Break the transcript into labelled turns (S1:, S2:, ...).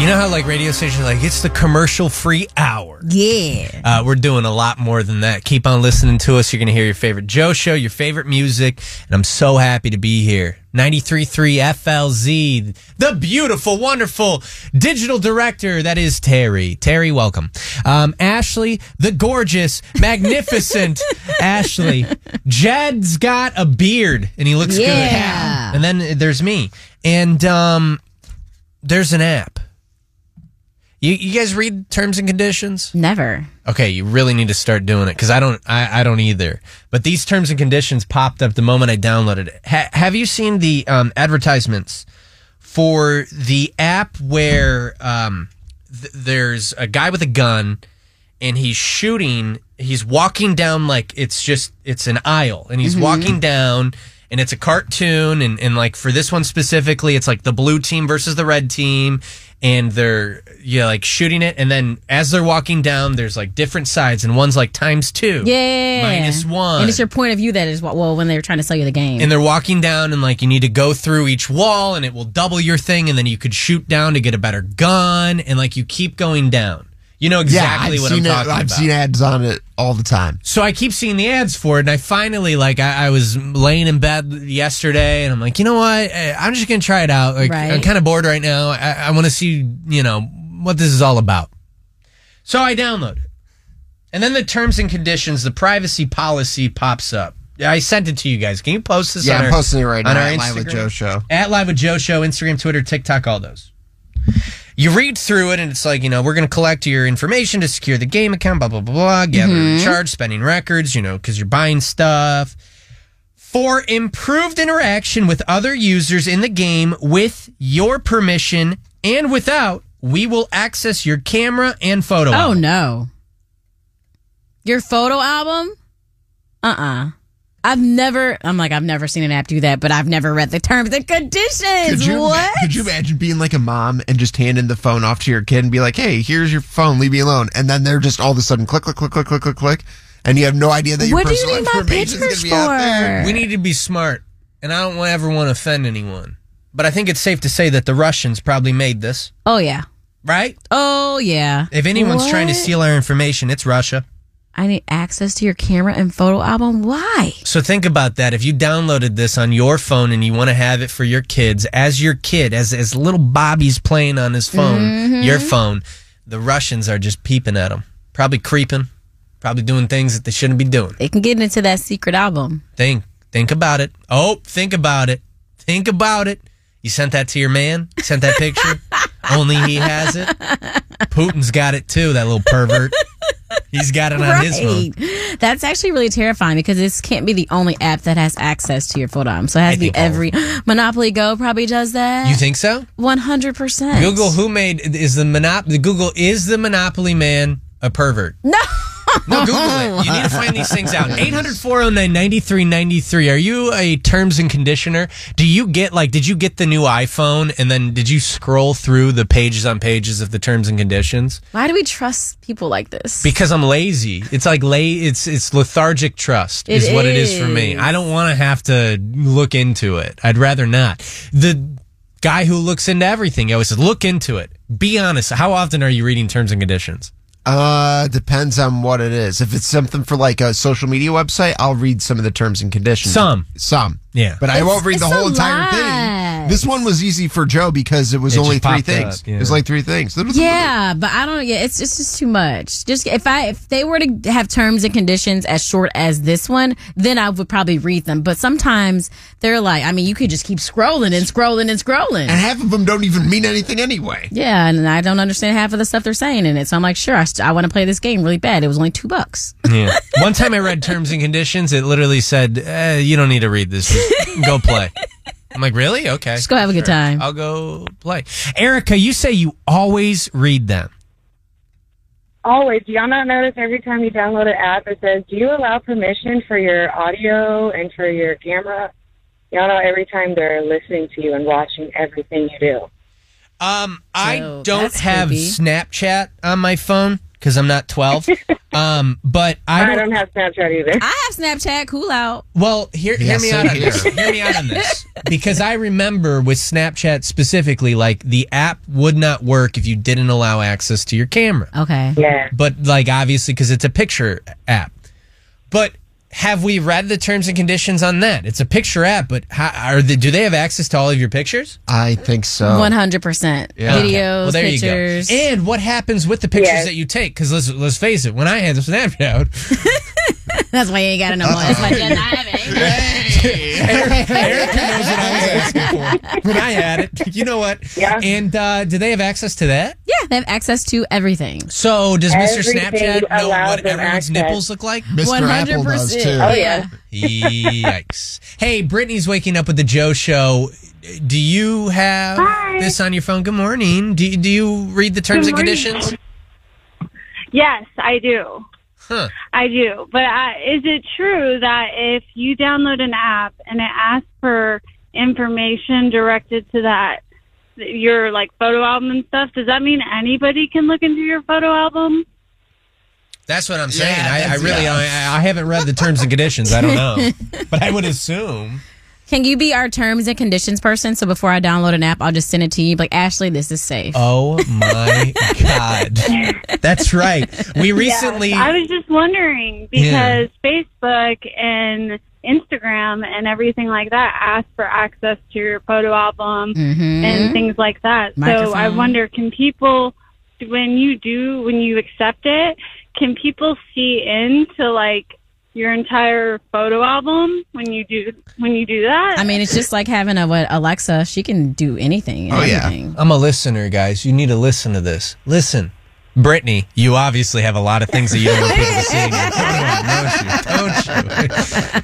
S1: You know how like radio stations are like it's the commercial free hour.
S2: Yeah.
S1: Uh, we're doing a lot more than that. Keep on listening to us. You're going to hear your favorite Joe show, your favorite music, and I'm so happy to be here. 93.3 FLZ, the beautiful, wonderful digital director that is Terry. Terry, welcome. Um, Ashley, the gorgeous, magnificent Ashley. Jed's got a beard and he looks
S2: Yeah.
S1: good. And then there's me. And um, there's an app. You, you guys read terms and conditions?
S2: Never.
S1: okay you really need to start doing it because i don't I, I don't either but these terms and conditions popped up the moment i downloaded it ha- have you seen the um, advertisements for the app where um, th- there's a guy with a gun and he's shooting he's walking down like it's just it's an aisle and he's walking down and it's a cartoon and, and like for this one specifically it's like the blue team versus the red team and they're yeah like shooting it and then as they're walking down there's like different sides and one's like times two
S2: Yeah.
S1: minus one
S2: And it's your point of view that is what, well, when they're trying to sell you the game.
S1: and they're walking down and like you need to go through each wall and it will double your thing and then you could shoot down to get a better gun and like you keep going down you know exactly
S3: I've
S1: what
S3: seen
S1: i'm
S3: it,
S1: talking
S3: I've
S1: about
S3: seen ads on it all the time.
S1: so i keep seeing the ads for it and i finally like i, I was laying in bed yesterday and i'm like you know what Eh, i'm just gonna try it out like
S2: Right.
S1: i'm kind of bored right now i, I want to see you know what this is all about so i download it and then the terms and conditions the privacy policy pops up I sent it to you guys. Can you post this?
S3: yeah,
S1: on
S3: I'm
S1: our-
S3: posting it right
S1: on
S3: now.
S1: our
S3: at Live with
S1: Instagram?
S3: Joe show.
S1: at Live with Joe Show, Instagram, Twitter, TikTok, all those. You read through it and it's like, you know, we're going to collect your information to secure the game account, blah, blah, blah, blah, gather your
S2: Mm-hmm.
S1: charge, spending records, you know, because you're buying stuff. For improved interaction with other users in the game, with your permission and without, we will access your camera and photo.
S2: oh,
S1: album.
S2: no. Your photo album? Uh uh-uh. uh. i have never, I'm like, I've never seen an app do that, but I've never read the terms and conditions.
S3: Could you,
S2: what?
S3: could you imagine being like a mom and just handing the phone off to your kid and be like, hey, here's your phone, leave me alone. And then they're just all of a sudden click, click, click, click, click, click, click. And you have no idea that your
S2: what do you
S3: personal
S2: need my
S3: information is going
S2: pictures
S3: to
S2: for?
S3: be out there.
S1: We need to be smart, and I don't ever want to offend anyone. But I think it's safe to say that the Russians probably made this,
S2: oh, yeah.
S1: right?
S2: Oh, yeah.
S1: If anyone's trying to
S2: What?
S1: steal our information, it's Russia.
S2: I need access to your camera and photo album. Why?
S1: So think about that. If you downloaded this on your phone and you want to have it for your kids, as your kid, as as little Bobby's playing on his phone, your phone, the Russians are just peeping at him, probably creeping, probably doing things that they shouldn't be doing.
S2: They can get into that secret album.
S1: Think, think about it. Oh, think about it. Think about it. You sent that to your man. Sent that picture. Only he has it. Putin's got it too. That little pervert. He's got it on his phone.
S2: Right. That's actually really terrifying because this can't be the only app that has access to your photo album. So it has to
S1: think
S2: be
S1: all of
S2: every Monopoly Go probably does
S1: You
S2: that.
S1: think so?
S2: One hundred percent.
S1: Google who made is the monop the Google is the monopoly man a pervert.
S2: No.
S1: No, Google it. You need to find these things out. 800 409 9393. Are you a terms and conditioner? Do you get, like, did you get the new iPhone and then did you scroll through the pages on pages of the terms and conditions?
S2: Why do we trust people like this?
S1: Because I'm lazy. It's like, la- it's, it's lethargic trust
S2: It
S1: is what it is for me.
S2: is.
S1: I don't want to have to look into it. I'd rather not. The guy who looks into everything always says, look into it. Be honest. How often are you reading terms and conditions?
S3: Uh, depends on what it is. If it's something for like a social media website, I'll read some of the terms and conditions.
S1: Some.
S3: some,
S1: Yeah.
S3: But I
S2: It's-
S3: won't read the
S2: it's a
S3: whole entire
S2: lot.
S3: thing. This one was easy for Joe because it was
S1: It
S3: only
S1: just
S3: three
S1: popped up,
S3: things.
S1: yeah.
S3: It was like three things.
S2: yeah, but I don't. Yeah, it's it's just too much. Just if I if they were to have terms and conditions as short as this one, then I would probably read them. But sometimes they're like, I mean, you could just keep scrolling and scrolling and scrolling.
S3: and half of them don't even mean anything anyway.
S2: Yeah, and I don't understand half of the stuff they're saying in it. So I'm like, sure, I, st- I want to play this game really bad. It was only two bucks.
S1: Yeah. One time I read terms and conditions, it literally said, eh, "You don't need to read this. Just go play." I'm like, "Really? Okay.
S2: Just go have a good time.
S1: I'll go play." Erica, you say you always read them.
S4: Always. Do y'all not notice every time you download an app, it says, Do you allow permission for your audio and for your camera? Y'all know every time they're listening to you and watching everything you do.
S1: Um, I
S2: So,
S1: don't
S2: that's
S1: have
S2: creepy.
S1: Snapchat on my phone because I'm not 12. um, but I
S4: I
S1: don't.
S4: don't have Snapchat either.
S2: I have Snapchat. Cool out.
S1: Well, hear, hear
S3: Yeah,
S1: me
S3: same
S1: out on
S3: here.
S1: this. Hear me out on this. Because I remember with Snapchat specifically, like the app would not work if you didn't allow access to your camera.
S2: Okay.
S4: Yeah.
S1: But like obviously because it's a picture app. But have we read the terms and conditions on that? It's a picture app, but how, are they, do they have access to all of your pictures?
S3: I think so.
S2: One hundred percent.
S3: Oh. Yeah.
S2: Videos,
S3: Okay.
S1: Well, there
S2: pictures.
S1: you go. Eh. And what happens with the pictures
S4: Yes.
S1: that you take? Because let's let's face it, when I had the Snapchat,
S2: That's why you ain't got it no more. That's why you didn't have it.
S1: Eric, Eric knows what I was asking for. When I had it, you know what?
S4: Yeah.
S1: And uh, do they have access to that?
S2: Yeah, they have access to everything.
S1: So does Mr.
S4: Everything
S1: Snapchat know
S4: allows
S1: what
S4: them
S1: everyone's
S4: access.
S1: nipples look like?
S3: Mr. Apple does too.
S4: Oh,
S2: yeah.
S4: yeah.
S1: Yikes. Hey, Brittany's waking up with the Joe Show. Do you have
S5: Hi.
S1: this on your phone? Good morning. Do, do you read the terms
S5: Good
S1: and
S5: morning.
S1: conditions?
S5: Yes, I do.
S1: Huh.
S5: I do. But uh, is it true that if you download an app and it asks for information directed to that, your like photo album and stuff, does that mean anybody can look into your photo album?
S1: That's what I'm saying.
S3: Yeah,
S1: I, I
S3: that's-
S1: really,
S3: yeah.
S1: I, I haven't read the terms and conditions. I don't know, but I would assume.
S2: Can you be our terms and conditions person? So before I download an app, I'll just send it to you. Like Ashley, this is safe.
S1: Oh my God, that's right. We recently,
S5: I was just wondering because Facebook and Instagram and everything like that ask for access to your photo album
S2: Mm-hmm.
S5: and things like that. So I
S2: Microphone.
S5: wonder, can people, when you do, when you accept it, can people see into like your entire photo album when you do when you do that?
S2: I mean, it's just like having a what Alexa. She can do anything. and
S3: Oh, yeah.
S2: everything.
S1: I'm a listener, guys. You need to listen to this. Listen. Brittany, you obviously have a lot of things that you don't want people to see. Come on, don't you? Don't you?